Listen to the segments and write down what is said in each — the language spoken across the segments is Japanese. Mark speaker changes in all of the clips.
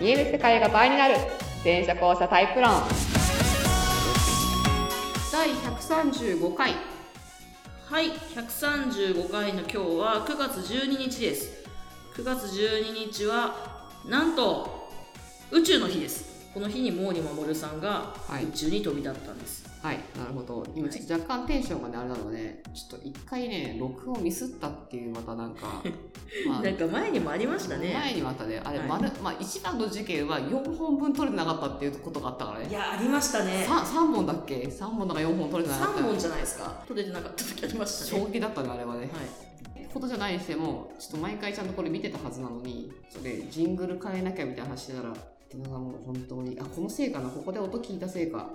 Speaker 1: 見える世界が倍になる全車交差タイプ論第135回
Speaker 2: はい、135回の今日は9月12日です。9月12日は、なんと、宇宙の日です。この日に毛利守さんが
Speaker 1: はい
Speaker 2: 宇宙に飛び立ったんです。
Speaker 1: はいなるほど今ちょっと若干テンションがねあれなのでちょっと一回ね録音ミスったっていうまたなん かまあ
Speaker 2: なんか前にもありましたね。
Speaker 1: 前にまたねあれ、
Speaker 2: はい
Speaker 1: 丸まあ、一番の事件は4本分取れてなかったっていうことがあったから
Speaker 2: い
Speaker 1: ね
Speaker 2: や、ありましたね。
Speaker 1: さ3本だっけ3本だか4本取れてなかった
Speaker 2: 3本じゃないですか。取れてなかった時ありましたね。
Speaker 1: 衝撃だったねあれはね
Speaker 2: はい、
Speaker 1: ことじゃないにしてもちょっと毎回ちゃんとこれ見てたはずなのにそれジングル変えなきゃみたいな話してたらなんかもう本当にあこのせいかなここで音聞いたせいか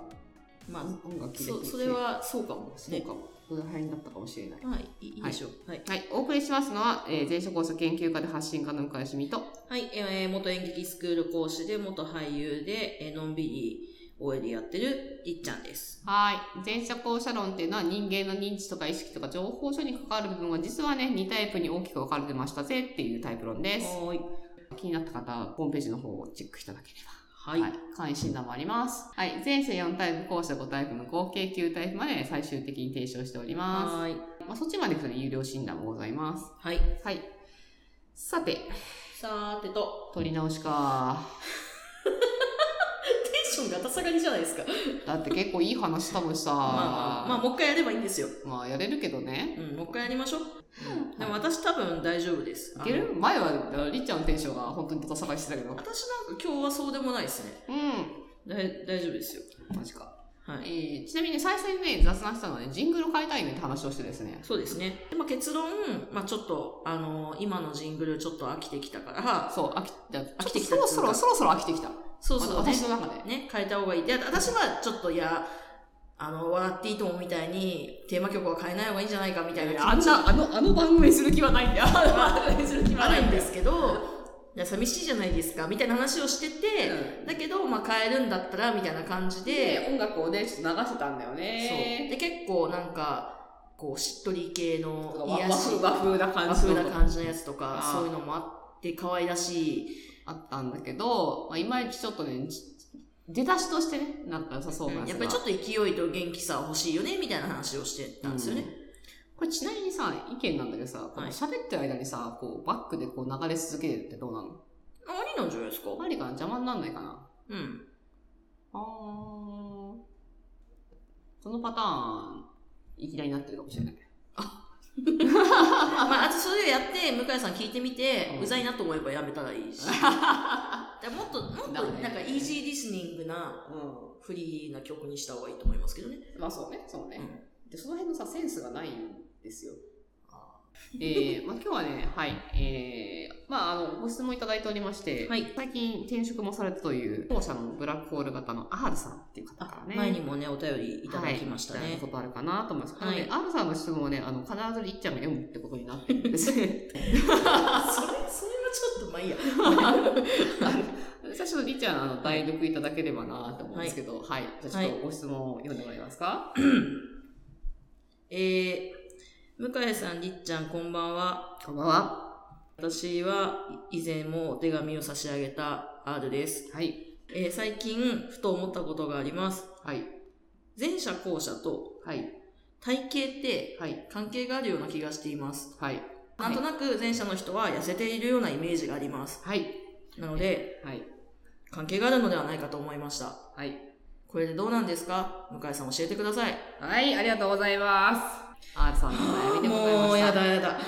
Speaker 2: まあ、
Speaker 1: 音楽聞いて
Speaker 2: そそれはそうかも。
Speaker 1: そう
Speaker 2: ね
Speaker 1: かもこれが変になったかもしれない
Speaker 2: まあ、いいいいでしょう。はい。
Speaker 1: はいお送りしますのは、えー、前職工作研究家で発信家の向井しみと
Speaker 2: はい、えー元演劇スクール講師で、元俳優で、えーのんびり OL やってるりっちゃんです。
Speaker 1: はい。前者後者論っていうのは人間の認知とか意識とか情報処理に関わる部分は実はね、2タイプに大きく分かれてましたぜっていうタイプ論です。
Speaker 2: はーい。
Speaker 1: 気になった方はホームページの方をチェックしていただけれ
Speaker 2: は
Speaker 1: ば。
Speaker 2: い。
Speaker 1: 簡易診断もあります。はい。前者4タイプ、後者5タイプの合計9タイプまで最終的に提唱しておりま
Speaker 2: はーい。
Speaker 1: す。まあ、そっちまで行くとね、有料診断もございます。
Speaker 2: はい。
Speaker 1: はい。さて、
Speaker 2: さーてと。
Speaker 1: 取り直しか。
Speaker 2: テンションがたさがりじゃないですか。
Speaker 1: だって結構いい話多分さ、
Speaker 2: まあまあ、まあ、もう一回やればいいんですよ。
Speaker 1: まあやれるけどね。
Speaker 2: うん、もう一回やりましょう。
Speaker 1: うん
Speaker 2: でも私多分大丈夫です。
Speaker 1: いけ
Speaker 2: あ
Speaker 1: る
Speaker 2: の
Speaker 1: 前はりっちゃんのテンションが本当に高さがしてたけど。
Speaker 2: 私なんか今日はそうでもないですね。
Speaker 1: うん。
Speaker 2: だい大丈夫ですよ。
Speaker 1: マジか。
Speaker 2: は
Speaker 1: え
Speaker 2: い。
Speaker 1: ー、ちなみに最初にね、雑談したのはね、ジングルを変えたいねって話をしてですね。
Speaker 2: そうですね。でまあ、結論、まあ、ちょっと、あのー今のジングルちょっと飽きてきたから、
Speaker 1: そう、飽きた。飽
Speaker 2: きてき
Speaker 1: そ
Speaker 2: た
Speaker 1: ろそろ、そろそろ飽きてきた。
Speaker 2: そうそう、ね
Speaker 1: 私、の中で。
Speaker 2: ね、変えた方がいい。で、私はちょっと、いや、あの、笑っていいともみたいに、テーマ曲は変えない方がいいんじゃないかみたいな気持ち
Speaker 1: あんな、あの、あの番組にする気はないんだよ。あの番組にする気は
Speaker 2: あ
Speaker 1: ないん
Speaker 2: るん
Speaker 1: だ
Speaker 2: で
Speaker 1: よ。
Speaker 2: すけど、いや寂しいじゃないですか、みたいな話をしてて、だけど、まあ、変えるんだったら、みたいな感じで、
Speaker 1: で、音楽をね、ちょっと流してたんだよ
Speaker 2: そう。
Speaker 1: ね。
Speaker 2: で、結構なんか、こう、しっとり系の
Speaker 1: 和
Speaker 2: 癒やし
Speaker 1: 風、、和風な感
Speaker 2: 和
Speaker 1: じ
Speaker 2: 風
Speaker 1: の。
Speaker 2: な感じのやつとか、
Speaker 1: あー
Speaker 2: そういうのもあって、可愛らしい、
Speaker 1: あったんだけど、まあ、いまいちちょっとね、ち出だしとしてね、なんか良さそうなやつが、
Speaker 2: やっぱりちょっと勢いと元気さ欲しいよね、みたいな話をしてたんですよね。
Speaker 1: これちなみにさ、意見なんだけどさ、この
Speaker 2: はい
Speaker 1: 喋ってる間にさ、こう、バックでこう流れ続けるってどうなの
Speaker 2: ありなんじゃないですか
Speaker 1: ありかな邪魔になんないかな
Speaker 2: うん。
Speaker 1: あー。そのパターン、いきなりなってるかもしれない。
Speaker 2: まあ、あとそれをやって、向井さん聞いてみて、
Speaker 1: うん
Speaker 2: うざいなと思えばやめたらい いし。だからもっと、もっと、
Speaker 1: だね
Speaker 2: なんか、イージーリスニングな、
Speaker 1: う
Speaker 2: フリーな曲にした方がいいと思いますけどね。
Speaker 1: ん。まあそうね、そうね。
Speaker 2: う
Speaker 1: で、その辺のさ、センスがないんですよ。えー、 まあ今日はね、はい、えー、まああの、ご質問いただいておりまして、
Speaker 2: はい
Speaker 1: 最近転職もされたという、当社のブラックホール型のアールさんっていう方からね。
Speaker 2: 前にもね、お便りいただきましたね。
Speaker 1: はい、いただいことあるかなと思います。
Speaker 2: はい
Speaker 1: なので、アルさんの質問はね、あの、必ずりっちゃんが読むってことになってるんですね。
Speaker 2: それ、それはちょっと、まあいいや。
Speaker 1: 最初のりっちゃん、あの、代読いただければなと思うんですけど、はい。じゃあちょっとご質問を読んでもらえますか、
Speaker 2: えー、向井さん、りっちゃん、こんばんは。
Speaker 1: こんばんは。
Speaker 2: 私は、以前もお手紙を差し上げた R です。
Speaker 1: はい。
Speaker 2: えー、最近、ふと思ったことがあります。
Speaker 1: はい。
Speaker 2: 前者後者と
Speaker 1: はい。
Speaker 2: 体型って
Speaker 1: はい。
Speaker 2: 関係があるような気がしています。
Speaker 1: はい。
Speaker 2: なんとなく前者の人は痩せているようなイメージがあります。
Speaker 1: はい。
Speaker 2: なので、
Speaker 1: はい。
Speaker 2: 関係があるのではないかと思いました。
Speaker 1: はい。
Speaker 2: これでどうなんですか向井さん教えてください。
Speaker 1: はい。ありがとうございます。アールさんのお悩みでございました。
Speaker 2: もうやだやだ。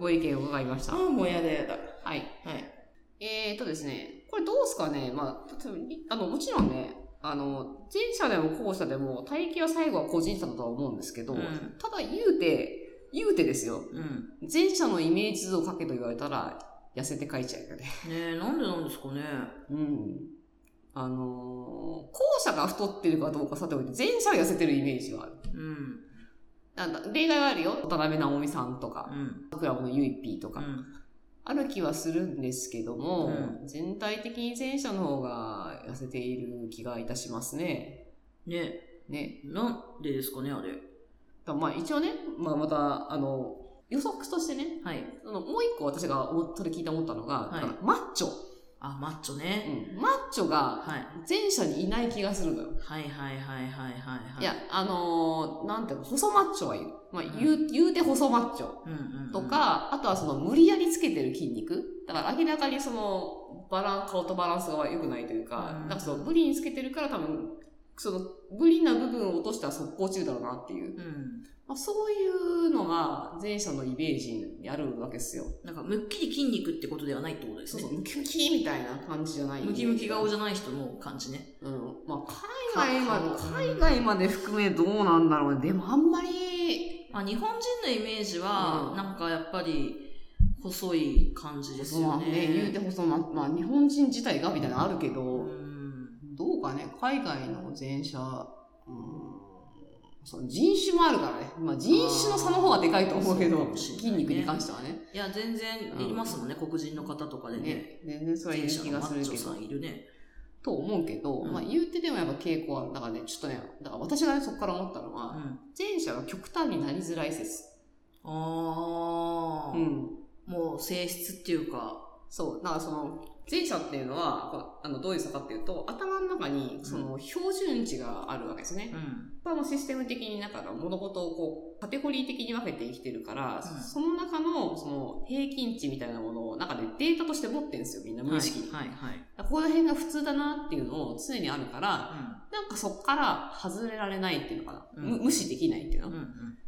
Speaker 1: ご意見を伺いました。
Speaker 2: あもうやだやだ。
Speaker 1: はい。
Speaker 2: はい。
Speaker 1: えーとですね、これどうすかね、まあ、例えばにあの、もちろんね、あの、前者でも後者でも、体型は最後は個人差だとは思うんですけど、
Speaker 2: うん
Speaker 1: ただ言うて、言うてですよ、
Speaker 2: うん。
Speaker 1: 前者のイメージ図を書けと言われたら、痩せて書いちゃうよね。
Speaker 2: ねえ、なんでなんですかね。
Speaker 1: うん。あのー後者が太ってるかどうかさておいて、前者は痩せてるイメージはある。
Speaker 2: うん。
Speaker 1: なんだ、例外はあるよ。渡辺直美さんとか
Speaker 2: う、ん。
Speaker 1: クラブのゆいぴーとか
Speaker 2: う、ん。
Speaker 1: ある気はするんですけども、
Speaker 2: う
Speaker 1: 全体的に前者の方が痩せている気がいたしますね。
Speaker 2: ねえ、
Speaker 1: ね。
Speaker 2: なんでですかね、あれ。
Speaker 1: だまあ一応ね、まあまた、あの、予測としてね、
Speaker 2: はい。
Speaker 1: あのもう一個私が思っそれ聞いて思ったのが、
Speaker 2: はい
Speaker 1: だからマッチョ。
Speaker 2: あマッチョね、
Speaker 1: うん、マッチョが
Speaker 2: はい、
Speaker 1: 前者にいない気がするのよ。
Speaker 2: はいはいはいはいはいはい
Speaker 1: いや、あのーなんていうの、細マッチョはいる。まあ
Speaker 2: うん、
Speaker 1: 言う、言うて細マッチョ
Speaker 2: うんうんうん
Speaker 1: とか、あとはその無理やりつけてる筋肉。だから明らかにその、バラン、顔とバランスが良くないというか、
Speaker 2: うん
Speaker 1: なんかその無理につけてるから多分、その無理な部分を落としたら速攻中だろうなっていう。
Speaker 2: うん
Speaker 1: まあ、そういうのが前者のイメージにあるわけですよ。
Speaker 2: なんかむっきり筋肉ってことではないってことで
Speaker 1: そ
Speaker 2: す
Speaker 1: う
Speaker 2: ね
Speaker 1: そう、ムキムキみたいな感じじゃない。
Speaker 2: ムキムキ顔じゃない人の感じね
Speaker 1: うん。まあ、海外ま
Speaker 2: か
Speaker 1: で、海外まで含めどうなんだろうね。でもあんまり、
Speaker 2: まあ、日本人のイメージは
Speaker 1: うん
Speaker 2: なんかやっぱり細い感じですよ
Speaker 1: まあ
Speaker 2: ね,、
Speaker 1: ね、言うて細ま、まあ日本人自体がみたいなのあるけど、
Speaker 2: うん
Speaker 1: どうかね、海外の前者、うん、その人種もあるからね。まあ人種の差の方がでかいと思うけ
Speaker 2: そうか
Speaker 1: ど、
Speaker 2: もしれないね
Speaker 1: 筋肉に関してはね。
Speaker 2: いや全然いますもんね、黒人の方とかでね
Speaker 1: ね、全然それは
Speaker 2: 前
Speaker 1: 言う
Speaker 2: 者
Speaker 1: 気が
Speaker 2: のマ
Speaker 1: す
Speaker 2: ッ
Speaker 1: る
Speaker 2: チョ
Speaker 1: け
Speaker 2: さ
Speaker 1: ど、
Speaker 2: んいるね
Speaker 1: と思うけど、
Speaker 2: うん
Speaker 1: まあ言うてでもやっぱ傾向ある。だからね、ちょっとね、だから私がね、そこから思ったの
Speaker 2: う
Speaker 1: は、
Speaker 2: ん
Speaker 1: 前者が極端になりづらい説。
Speaker 2: ああ、
Speaker 1: うん。
Speaker 2: もう性質っていうか
Speaker 1: そう。だからその、前者っていうのは、こうあの、どういう差かっていうと、頭の中に、その、標準値があるわけですね。
Speaker 2: うん
Speaker 1: まあ、もうシステム的になんか物事をこう、カテゴリー的に分けて生きてるから、
Speaker 2: うん
Speaker 1: その中の、その、平均値みたいなものを、中でデータとして持ってるんですよ、みんな無意識に。
Speaker 2: はいはいは
Speaker 1: だ
Speaker 2: い、
Speaker 1: からここら辺が普通だなっていうのを常にあるから、なんかそっから外れられないっていうのかな。
Speaker 2: うん
Speaker 1: む無視できないっていう
Speaker 2: う
Speaker 1: の。
Speaker 2: んうん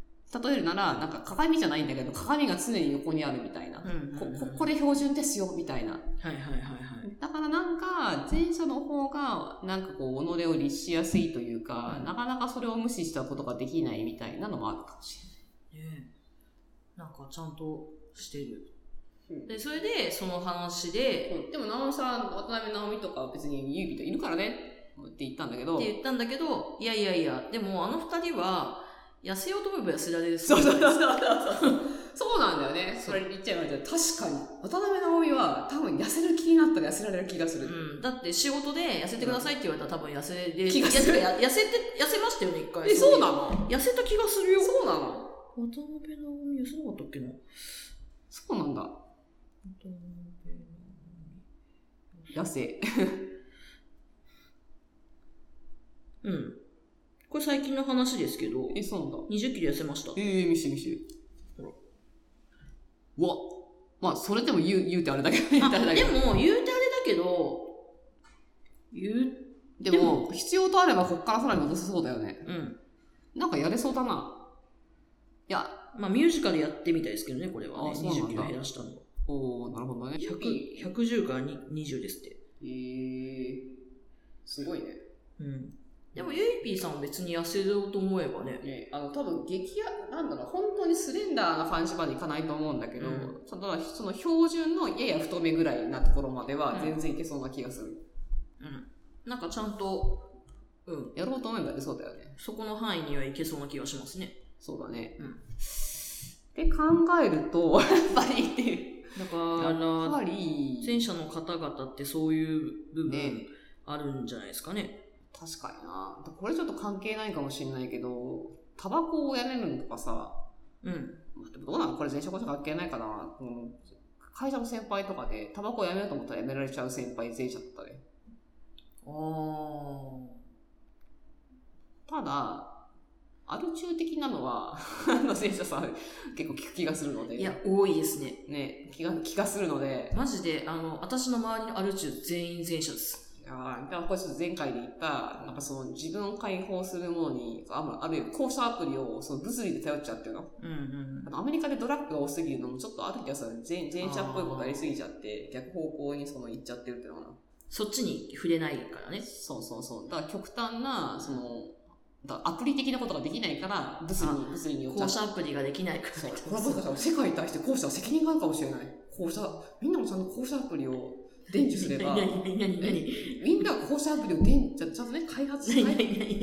Speaker 1: 例えるなら、なんか鏡じゃないんだけど、鏡が常に横にあるみたいな。
Speaker 2: うんうん
Speaker 1: こ
Speaker 2: うん
Speaker 1: ここれ標準ですよ、みたいな。
Speaker 2: はいはいはいはい
Speaker 1: だからなんか前者の方がなんかこう己を律しやすいというか、
Speaker 2: うん
Speaker 1: なかなかそれを無視したことができないみたいなのもあるかもし
Speaker 2: ねえなんかちゃんとしてる。
Speaker 1: れない。
Speaker 2: で、それで、その話で、
Speaker 1: でも直美さん、渡辺直美とかは別に優美といるからねって言ったんだけど、
Speaker 2: って言ったんだけど、いやいやいや、でもあの二人は、痩せようと思えば痩せられる
Speaker 1: そうそうそう
Speaker 2: う。
Speaker 1: そうそう。そうなんだよね。それ言っちゃいました。確かに。渡辺直美は多分痩せる気になったら痩せられる気がする。
Speaker 2: うん、だって仕事で痩せてくださいって言われたら多分痩せで、
Speaker 1: 気がする
Speaker 2: いやてかや痩せて、痩せましたよね、一回。
Speaker 1: え、そう
Speaker 2: い
Speaker 1: なの
Speaker 2: 痩せた気がするよ。
Speaker 1: そうなの
Speaker 2: 渡辺直美痩せなかったっけな
Speaker 1: そうなんだ。
Speaker 2: 渡辺
Speaker 1: 痩せ。
Speaker 2: 直美。うん。これ最近の話ですけど、
Speaker 1: え、そう なんだ。
Speaker 2: 20キロ痩せました。
Speaker 1: ええ見して見して。うわ。まあ、それでも言う、言うてあれだけど、言うてあれ
Speaker 2: あ
Speaker 1: だ
Speaker 2: で
Speaker 1: けど。
Speaker 2: も言うてあれだけど言う
Speaker 1: で
Speaker 2: で
Speaker 1: も、必要とあればこっからさらに戻せそうだよね。
Speaker 2: うん
Speaker 1: なんかやれそうだな。いや、
Speaker 2: まあミュージカルやってみたいですけどねこれはね
Speaker 1: あそうなんだ
Speaker 2: 20キロ減らしたの
Speaker 1: おー、なるほどね。
Speaker 2: 100 110からに20ですって
Speaker 1: えー、すごいね。
Speaker 2: うんでもゆいぴーさんは別に痩せようと思えばね
Speaker 1: ね、あの、多分、激や、なんだろう、本当にスレンダーな感じまでいかないと思うんだけど、
Speaker 2: うん
Speaker 1: ただ、その標準のやや太めぐらいなところまでは全然いけそうな気がする。
Speaker 2: うんなんかちゃんとうん
Speaker 1: やろうと思えばやれそうだよね。
Speaker 2: そこの範囲にはいけそうな気がしますね
Speaker 1: そうだね。
Speaker 2: うん
Speaker 1: で考えると、 やっぱりっていう。
Speaker 2: だからあ
Speaker 1: やっぱ
Speaker 2: の
Speaker 1: り、
Speaker 2: 前者の方々ってそういう部分
Speaker 1: ね
Speaker 2: あるんじゃないですかね
Speaker 1: 確かにな。これちょっと関係ないかもしれないけど、タバコをやめるのとかさ、
Speaker 2: うん
Speaker 1: まあでもどうなのこれ前者後者関係ないかな。うん会社の先輩とかで、タバコをやめようと思ったらやめられちゃう先輩前者だったね。
Speaker 2: ああ
Speaker 1: ただ、アル中的なのは、あの前者さん結構聞く気がするので、
Speaker 2: いや多いですね
Speaker 1: ね、気が、気がするので、
Speaker 2: マジで、あの、私の周りのアル中全員前者です。
Speaker 1: いやーだからこれちょっと前回で言った、なんかその自分を解放するものに、あまあるいは交渉アプリをその物理で頼っちゃうっていうの。
Speaker 2: うんうん
Speaker 1: あのアメリカでドラッグが多すぎるのもちょっとある気がする。前前者っぽいことありすぎちゃって、逆方向にその行っちゃってるっていうのかな。
Speaker 2: そっちに触れないからね。
Speaker 1: そうそうそう。だから極端な、その、だからアプリ的なことができないから、物理に、物理に寄っちゃ
Speaker 2: 交
Speaker 1: って。
Speaker 2: 社アプリができないか
Speaker 1: そう。こ
Speaker 2: ら。
Speaker 1: れもしかしたら世界に対して後者は責任があるかもしれない。後者、みんなもちゃんと後者アプリを伝授すれば、
Speaker 2: 何何何何
Speaker 1: みんなが後者アプリを伝授、ちゃんとね、開発し
Speaker 2: 何
Speaker 1: ない
Speaker 2: 何何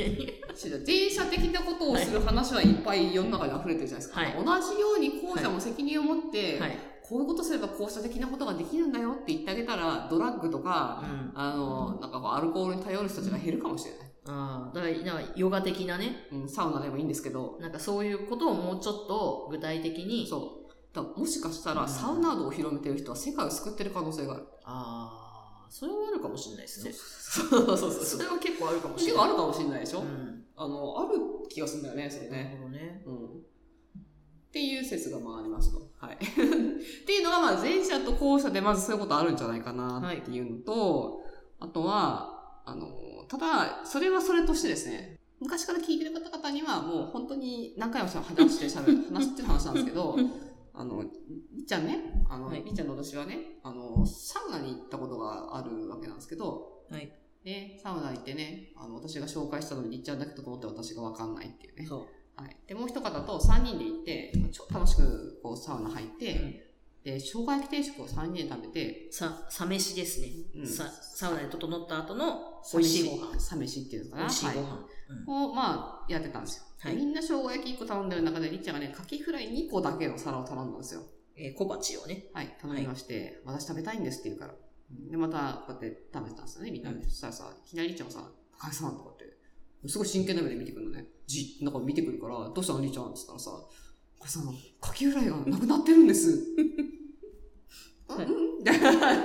Speaker 2: 何
Speaker 1: 前者的なことをする話はいっぱい世の中に溢れてるじゃないですか。
Speaker 2: はい
Speaker 1: 同じように後者も責任を持って、
Speaker 2: はい。
Speaker 1: こういうことすれば後者的なことができるんだよって言ってあげたら、ドラッグとか、
Speaker 2: うん。
Speaker 1: あの、なんかこうアルコールに頼る人たちが減るかもしれない。
Speaker 2: ああ、だから、なんかヨガ的なね、
Speaker 1: うん、サウナでもいいんですけど、
Speaker 2: なんかそういうことをもうちょっと具体的に。
Speaker 1: そう。だからもしかした
Speaker 2: う
Speaker 1: ら
Speaker 2: ん
Speaker 1: サウナードを広めてる人は世界を救ってる可能性がある。
Speaker 2: ああ、それはあるかもしれないですね。
Speaker 1: そうそうそう
Speaker 2: そ
Speaker 1: そう
Speaker 2: れは結構あるかもし
Speaker 1: 結
Speaker 2: れ
Speaker 1: 構
Speaker 2: な
Speaker 1: あ
Speaker 2: い。
Speaker 1: るかもしれないでしょ、
Speaker 2: うん
Speaker 1: あのある気がするんだよねそれ
Speaker 2: な
Speaker 1: ね、
Speaker 2: るほどね。
Speaker 1: うん、っていう説がまあありますと、はい、 っていうのはまあ前者と後者でまずそういうことあるんじゃないかなっていうのと、あとはあのただそれはそれとしてですね昔から聞いてる方々にはもう本当に何回も話してしゃべる話してる話なんですけ どあの、りっちゃんね、あの、
Speaker 2: はい
Speaker 1: りっちゃんの私はね、あの、サウナに行ったことがあるわけなんですけど、
Speaker 2: はい。
Speaker 1: で、サウナ行ってね、あの、私が紹介したのにりっちゃんだけと思って私がわかんないっていうね。
Speaker 2: そ
Speaker 1: はい。で、もう一方と3人で行って、まあちょっと楽しくこうサウナ入って、
Speaker 2: うん
Speaker 1: で、生姜焼き定食を3人で食べて、
Speaker 2: う。さ、サ飯ですね。
Speaker 1: うん
Speaker 2: さ、サウナで整った後の
Speaker 1: サ
Speaker 2: 美味
Speaker 1: 飯
Speaker 2: しいご飯。
Speaker 1: サ飯っていうのかな
Speaker 2: 美味しいご
Speaker 1: は
Speaker 2: 飯。うん
Speaker 1: を、まあ、やってたんですよ。
Speaker 2: はい
Speaker 1: みんな生姜焼き1個頼んでる中で、りっちゃんがね、カキフライ2個だけの皿を頼んだんですよ。
Speaker 2: えー小鉢をね。
Speaker 1: はい、頼みまして、私食べたいんですって言うから。で、また、こうやって食べてたんですよね、みんなで。
Speaker 2: うん
Speaker 1: そしたらさ、いきなりりっちゃんがさ、高橋さんとかって、すごい真剣な目で見てくるのね。じ、なんか見てくるから、どうしたのりっちゃんって言ったらさ、これさ、カキフライがなくなってるんです。あ
Speaker 2: はい
Speaker 1: うん みたいな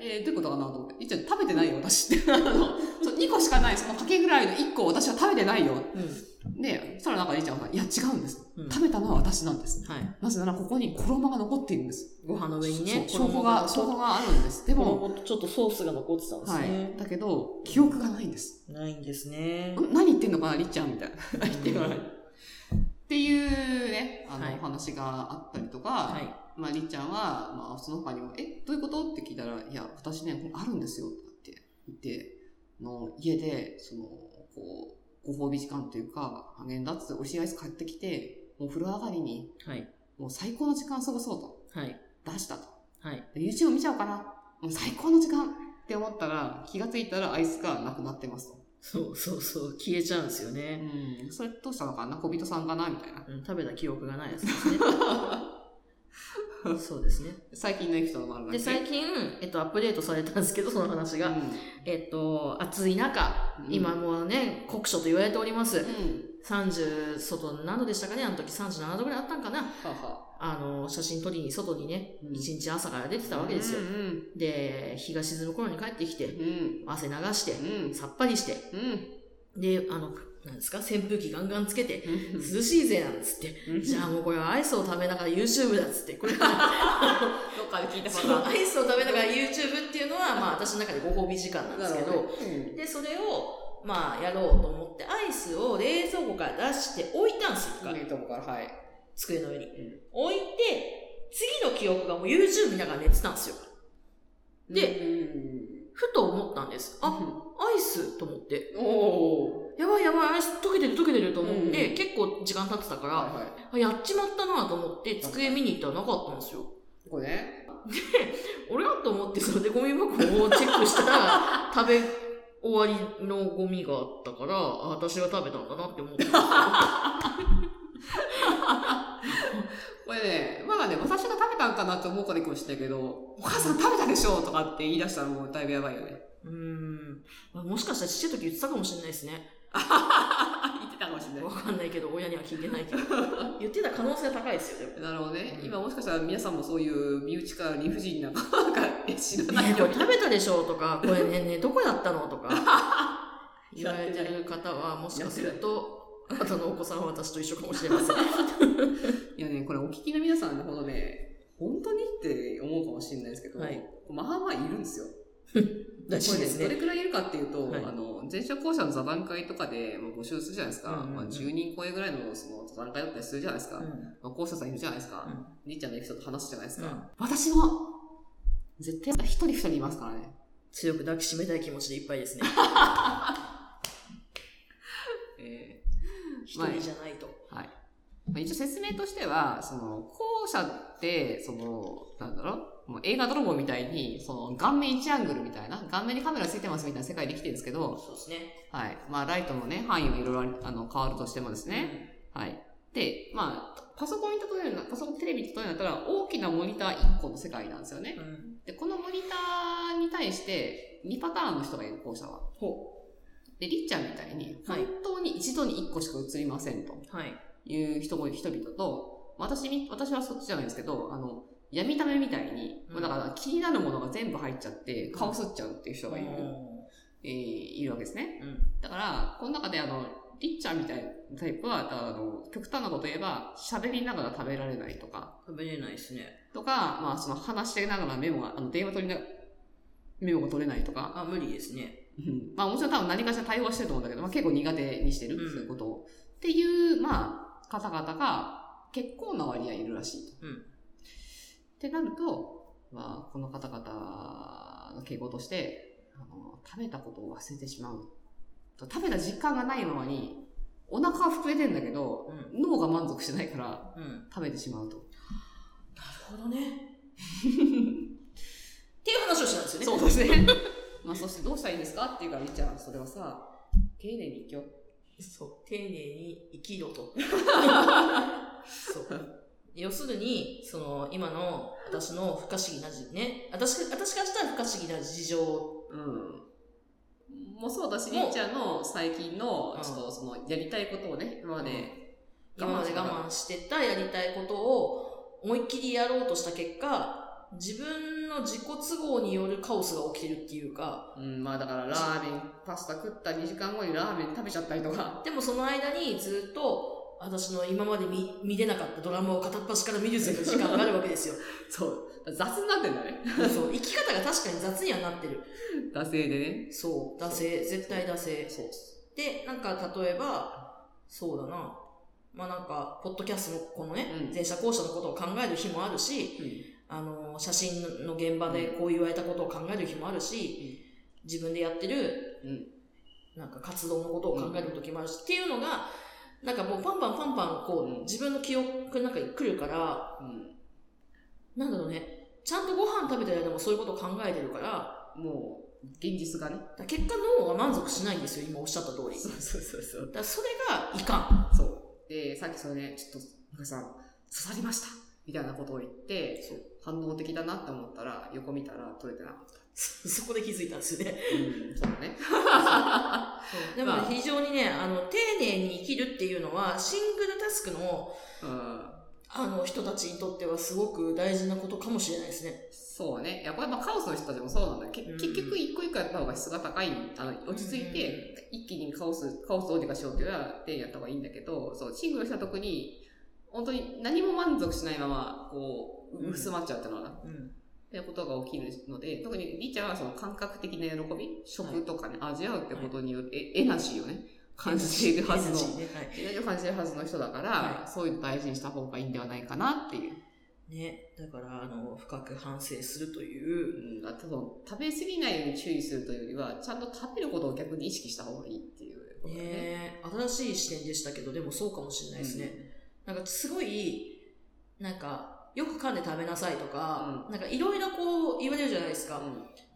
Speaker 1: えーどういうことかなと思って。りっちゃん食べてないよ、私 って。あの、そう2個しかない、そのカキフライの1個を私は食べてないよ。
Speaker 2: う
Speaker 1: で、そしたらなんかりっちゃんがさ、いや、違うんです。
Speaker 2: ん。うん。
Speaker 1: 食べたのは私なんです。
Speaker 2: はい。
Speaker 1: なぜならここに衣が残っているんです。
Speaker 2: ご飯の上にね、
Speaker 1: そう証拠が、証拠があるんです。で
Speaker 2: で
Speaker 1: も、
Speaker 2: も、ちょっとソースが残ってたんです
Speaker 1: は
Speaker 2: ね
Speaker 1: い。。だけど、記憶がないんです。
Speaker 2: ないんですね。
Speaker 1: ん何言ってんのかな、りっちゃんみたいな。言ってもら
Speaker 2: う
Speaker 1: うんっていうね、あの、
Speaker 2: はい
Speaker 1: お話があったりとか、
Speaker 2: はい。
Speaker 1: まあ、りっちゃんは、まあ、その他にも、え、どういうことって聞いたら、いや、私ね、これあるんですよ、って言って、あの家で、その、こう、ご褒美時間というか、ハーゲンダッツ、美味しいアイス買ってきて、もう風呂上がりに、
Speaker 2: はい。
Speaker 1: もう最高の時間を過ごそうと、
Speaker 2: はい。
Speaker 1: 出したと。
Speaker 2: はい。
Speaker 1: で YouTube 見ちゃおうかな。もう最高の時間って思ったら、気がついたらアイスがなくなってますと。
Speaker 2: そうそうそう。消えちゃうんですよ
Speaker 1: う
Speaker 2: ね。
Speaker 1: ん。それどうしたのかな小人さんかなみたいな。
Speaker 2: うん。食べた記憶がないやつです ね。そうですね。
Speaker 1: 最近のエピソードもあるわけ
Speaker 2: で、最近、えっと、アップデートされたんですけど、その話が。えっと、暑い中、
Speaker 1: うん
Speaker 2: 今もうね、酷暑と言われております。
Speaker 1: うん。うん。
Speaker 2: 30、外何度でしたかねあの時37度ぐらいあったんかな
Speaker 1: はは。
Speaker 2: あの、写真撮りに外にね、
Speaker 1: うん
Speaker 2: 一日朝から出てたわけですよ。
Speaker 1: うん。
Speaker 2: で、日が沈む頃に帰ってきて、
Speaker 1: うん。
Speaker 2: 汗流して、
Speaker 1: うん。
Speaker 2: さっぱりして、
Speaker 1: うん。
Speaker 2: で、あの、なんですか扇風機ガンガンつけて、涼しいぜなんつって、
Speaker 1: うん。
Speaker 2: じゃあもうこれはアイスを食べながら YouTube だっつって、これは
Speaker 1: どっかで聞いた
Speaker 2: そのアイスを食べながら YouTube っていうのは、まあ私の中でご褒美時間なんですけど、
Speaker 1: うん。
Speaker 2: で、それを、まあ、やろうと思って、アイスを冷蔵庫から出して置いたんですよ、僕は
Speaker 1: うん。とこから、はい。
Speaker 2: 机の上に。
Speaker 1: うん
Speaker 2: 置いて、次の記憶がもう YouTube 見ながら寝てたんですよ。で
Speaker 1: うん、
Speaker 2: ふと思ったんです。あ、
Speaker 1: あ、
Speaker 2: アイスと思って。
Speaker 1: おお。
Speaker 2: やばいやばい、アイス溶けてる溶けてると思って、
Speaker 1: うん
Speaker 2: 結構時間経ってたから、
Speaker 1: はいは
Speaker 2: あやっちまったなと思って、机見に行ったらなかったんですよ。
Speaker 1: い。これね。
Speaker 2: 俺だと思って、それでゴミ箱をチェックした ら、食べ終わりのゴミがあったから、あ私が食べたんだなって思ってたんですよ。
Speaker 1: これね、まだね、私が食べたんかなって思うからいいかもしれないけど、お母さん食べたでしょとかって言い出したらもうだいぶやばいよ ね。
Speaker 2: うーん。まあもしかしたらちっちゃい時言ってたかもしれないですね。
Speaker 1: 言ってたかもしれ
Speaker 2: わかんないけど、親には聞いてないけ ど。言ってた可能性は高いですよ、でも。
Speaker 1: なるほどね、
Speaker 2: うん
Speaker 1: 今もしかしたら皆さんもそういう身内か理不尽ななんか知らな
Speaker 2: ね
Speaker 1: い
Speaker 2: え、こ
Speaker 1: よう
Speaker 2: れ
Speaker 1: に
Speaker 2: 食べたでしょとか、これね、ね、どこやったのとか、 言われてる方は、もしかすると、あなたのお子さんは私と一緒かもしれません。
Speaker 1: いやねこれお聞きの皆さんのほどね本当にって思うかもしれないですけど、
Speaker 2: はい
Speaker 1: まあまあいるんですよ。
Speaker 2: らしいですね
Speaker 1: これどれくらいいるかっていうと、
Speaker 2: はい
Speaker 1: あの前者後者の座談会とかで、まあ、募集するじゃないですか、
Speaker 2: うんうんうん
Speaker 1: まあ、10人超えぐらいのその座談会だったりするじゃないですか、
Speaker 2: う
Speaker 1: ま
Speaker 2: ん
Speaker 1: あ、後者さんいるじゃないですか、
Speaker 2: うん
Speaker 1: りっちゃんのエピソード話すじゃないですか、
Speaker 2: うん
Speaker 1: 私も絶対一人二人いますからね。
Speaker 2: 強く抱きしめたい気持ちでいっぱいですね。
Speaker 1: えー
Speaker 2: 一人じゃないと。
Speaker 1: はい。まあ、一応説明としては、その、後者って、その、なんだろう、もう映画泥棒みたいに、その、顔面一アングルみたいな、顔面にカメラついてますみたいな世界で生きてるんですけど、
Speaker 2: そうですね。
Speaker 1: はい。まあ、ライトのね、範囲はいろいろああの変わるとしてもですね。はい。で、まあ、パソコンに例えるな、パソコンテレビに例えるんだったら、大きなモニター1個の世界なんですよね
Speaker 2: う。ん。
Speaker 1: で、このモニターに対して、2パターンの人がいる、後者は。
Speaker 2: ほ
Speaker 1: で、りっちゃんみたいに、
Speaker 2: は
Speaker 1: 本
Speaker 2: い
Speaker 1: 当に一度に1個しか映りませんと。
Speaker 2: う。はい。
Speaker 1: いう人も人々と、私み、私はそっちじゃないんですけど、あの、闇ためみたいに、
Speaker 2: うん
Speaker 1: だから気になるものが全部入っちゃって、顔すっちゃうっていう人がいる、
Speaker 2: う
Speaker 1: えーいるわけですね。
Speaker 2: ん。
Speaker 1: だから、この中であの、りっちゃんみたいなタイプは、だからあの、極端なこと言えば、喋りながら食べられないとか、
Speaker 2: 食べれないですね。
Speaker 1: とか、まあその話しながらメモが、あの、電話取りな、メモが取れないとか、
Speaker 2: あ、無理ですね。
Speaker 1: うんまあもちろん多分何かしら対応はしてると思うんだけど、まあ結構苦手にしてる、
Speaker 2: うん
Speaker 1: そういうことを。っていう、まあ、方々が結構な割合いるらしいと。
Speaker 2: うん
Speaker 1: ってなると、まあ、この方々の傾向として、あの、食べたことを忘れてしまう。食べた実感がないままに、お腹は膨れてんだけど、
Speaker 2: うん。
Speaker 1: 脳が満足しないから
Speaker 2: うん。なる
Speaker 1: 食べてしまうと。
Speaker 2: ほ どね。っていう話をしたんですよね。
Speaker 1: そうですね。 まあそしてどうしたらいいんですかっていうから、りっちゃん、それはさ、丁寧にいきよ。
Speaker 2: そう。丁寧に生きろと。そう。要するに、その、今の私の不可思議なじ、ね。私、私からしたら不可思議な事情。
Speaker 1: うん。もうそうだし、りっちゃんの最近の
Speaker 2: う、ん
Speaker 1: ちょっとその、やりたいことをね、今まで、
Speaker 2: 今まで我慢してたやりたいことを思いっきりやろうとした結果、自分の自己都合によるカオスが起きてるっていうか、
Speaker 1: うん、まあだからラーメン、パスタ食った2時間後にラーメン食べちゃったりとか、
Speaker 2: でもその間にずっと私の今まで見見れなかったドラマを片っ端から見るぜの時間があるわけですよ。
Speaker 1: そう、雑になってんだね。
Speaker 2: そう生き方が確かに雑にはなってる。
Speaker 1: 惰性でね。
Speaker 2: そう、惰性、絶対惰性。
Speaker 1: そう。
Speaker 2: で、なんか例えば、そうだな。まあなんか、ポッドキャストのこのね、
Speaker 1: うん
Speaker 2: 前者後者のことを考える日もあるし、あの、写真の現場でこう言われたことを考える日もあるし、自分でやってる、
Speaker 1: うん
Speaker 2: なんか活動のことを考える時もあるし、っていうのが、なんかもうパンパンパンパン、こ
Speaker 1: うん
Speaker 2: う、自分の記憶の中に来るから、なんだろうね、ちゃんとご飯食べてる間もそういうことを考えてるから、
Speaker 1: うん。もう、現実がね。
Speaker 2: だから結果脳は満足しないんですよ、今おっしゃった通り。だ
Speaker 1: うそうそうそう。
Speaker 2: からそれがいかん。
Speaker 1: そう。で、さっきそれね、ちょっと、昔さん、刺さりましたみたいなことを言って、
Speaker 2: そう
Speaker 1: 反応的だなって思ったら、横見たら取れてなかった。
Speaker 2: そそこで気づいたんですよね。
Speaker 1: うん、そうだね。
Speaker 2: でも
Speaker 1: まあ
Speaker 2: 非常にね、あの、丁寧に生きるっていうのは、シングルタスクの、
Speaker 1: うん。
Speaker 2: あの、人たちにとってはすごく大事なことかもしれないですね。
Speaker 1: そうね。いや、これやっぱカオスの人たちもそうなんだけど、
Speaker 2: うん
Speaker 1: 結局一個一個やった方が質が高い、あの、落ち着いて、一気にカオス、カオスをどうにかしようっていうのは、でやった方がいいんだけど、そう、シングルした特に、本当に何も満足しないまま、こ
Speaker 2: う
Speaker 1: う、
Speaker 2: ん
Speaker 1: 薄まっちゃうっていうのはな、っ
Speaker 2: うん。
Speaker 1: ていうことが起きるので、特にリーちゃんはその感覚的な喜び、食とかね、味わうってことによって、エエナジーをね、感じているはずの、
Speaker 2: ね。はい
Speaker 1: エナジーを感じているはずの人だから、
Speaker 2: は
Speaker 1: そういうの大事にした方がいいんではないかなっていう。
Speaker 2: ね、だから、あの、深く反省するという。
Speaker 1: うん、あとその食べ過ぎないように注意するというよりは、ちゃんと食べることを逆に意識した方がいいっていうことだね。
Speaker 2: ね、新しい視点でしたけど、でもそうかもしれないですね。なんかすごい、なんか、よく噛んで食べなさいとか、なんかいろいろこう言われるじゃないですか。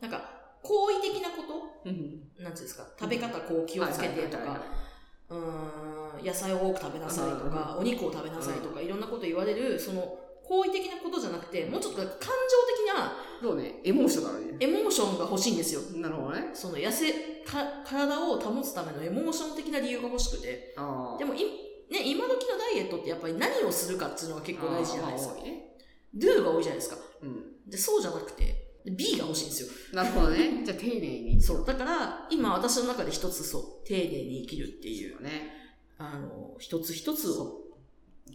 Speaker 2: なんか、好意的なこと
Speaker 1: うん。うん。
Speaker 2: なんていうんですか、食べ方こう気をつけてと
Speaker 1: はいはいはい
Speaker 2: か
Speaker 1: は、
Speaker 2: うーん、野菜を多く食べなさいとか、お肉を食べなさいとか、いろんなこと言われる、その、好意的なことじゃなくて、もうちょっとなんか感
Speaker 1: い。
Speaker 2: 情
Speaker 1: そうね、エモーショナルね。
Speaker 2: 的なエモーションが欲しいんですよ。
Speaker 1: なるほどね。
Speaker 2: その、痩せ、か、体を保つためのエモーション的な理由が欲しくて。
Speaker 1: ああ。
Speaker 2: で
Speaker 1: も
Speaker 2: も、い、ね、今時のダイエットってやっぱり何をするかっていうのが結構大事じゃないですか。
Speaker 1: ね。
Speaker 2: do が多いじゃないですか。
Speaker 1: うん。
Speaker 2: で、そうじゃなくて、B が欲しいんですよ。
Speaker 1: なるほどね。じゃあ丁寧に。
Speaker 2: そう。だから、今私の中で一つそう、丁寧に生きるっていう、
Speaker 1: よね。
Speaker 2: あの、一つ一つを。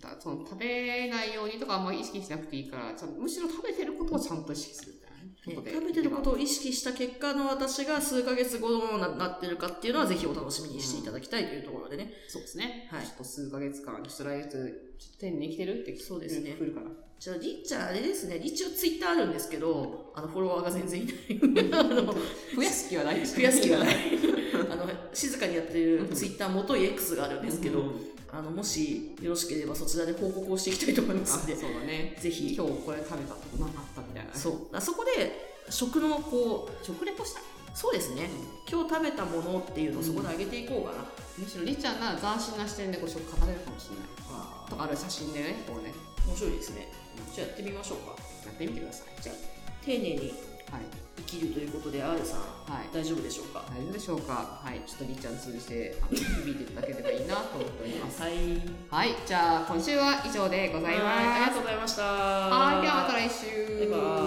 Speaker 1: だからその食べないようにとかあんまり意識しなくていいから、ちゃんむしろ食べてることをちゃんと意識するみたいなね
Speaker 2: ね
Speaker 1: こで
Speaker 2: 食べてることを意識した結果の私が数ヶ月後どうななってるかっていうのはぜひお楽しみにしていただきたいというところでね。
Speaker 1: そうですね。
Speaker 2: はい
Speaker 1: ちょっと数ヶ月間、ちょっと来月、ちょっと丁寧に生きてるって
Speaker 2: そうですね
Speaker 1: 来るから。
Speaker 2: じゃあ、りっちゃん、あれですね。一応ツイッターあるんですけど、あの、フォロワーが全然いない。あの、
Speaker 1: 増やす気はないです
Speaker 2: 増やす気がないい。あの、静かにやってるツイッター元い X があるん ですけど、あの、もしよろしければそちらで報告をしていきたいと思いま
Speaker 1: あ、
Speaker 2: す
Speaker 1: そう
Speaker 2: ので、
Speaker 1: だね。
Speaker 2: ぜひ。
Speaker 1: 今日これ食べたとこなかったみたいな。
Speaker 2: そう。あそこで、食のこう、食レポしたそうですね。今日食べたものっていうのをそこで上げていこうかな。
Speaker 1: むしろりちゃんが斬新な視点でこう食語れるかもしれない。
Speaker 2: あ
Speaker 1: とかある写真でね、こうね、
Speaker 2: ー面白いですね。じゃあやってみましょうか。
Speaker 1: やってみてください。じゃあ、
Speaker 2: 丁寧に
Speaker 1: はい。
Speaker 2: 生きるということで R さん
Speaker 1: はい。
Speaker 2: 大丈夫でしょうか
Speaker 1: 大丈夫でしょうかはい。ちょっとりっちゃん通じて、あの響いていただければいいなと思っております。
Speaker 2: はい
Speaker 1: はい。じゃあ、今週は以上でございます。
Speaker 2: はいありがとうございました
Speaker 1: はい。ではまた来週。
Speaker 2: バイバイ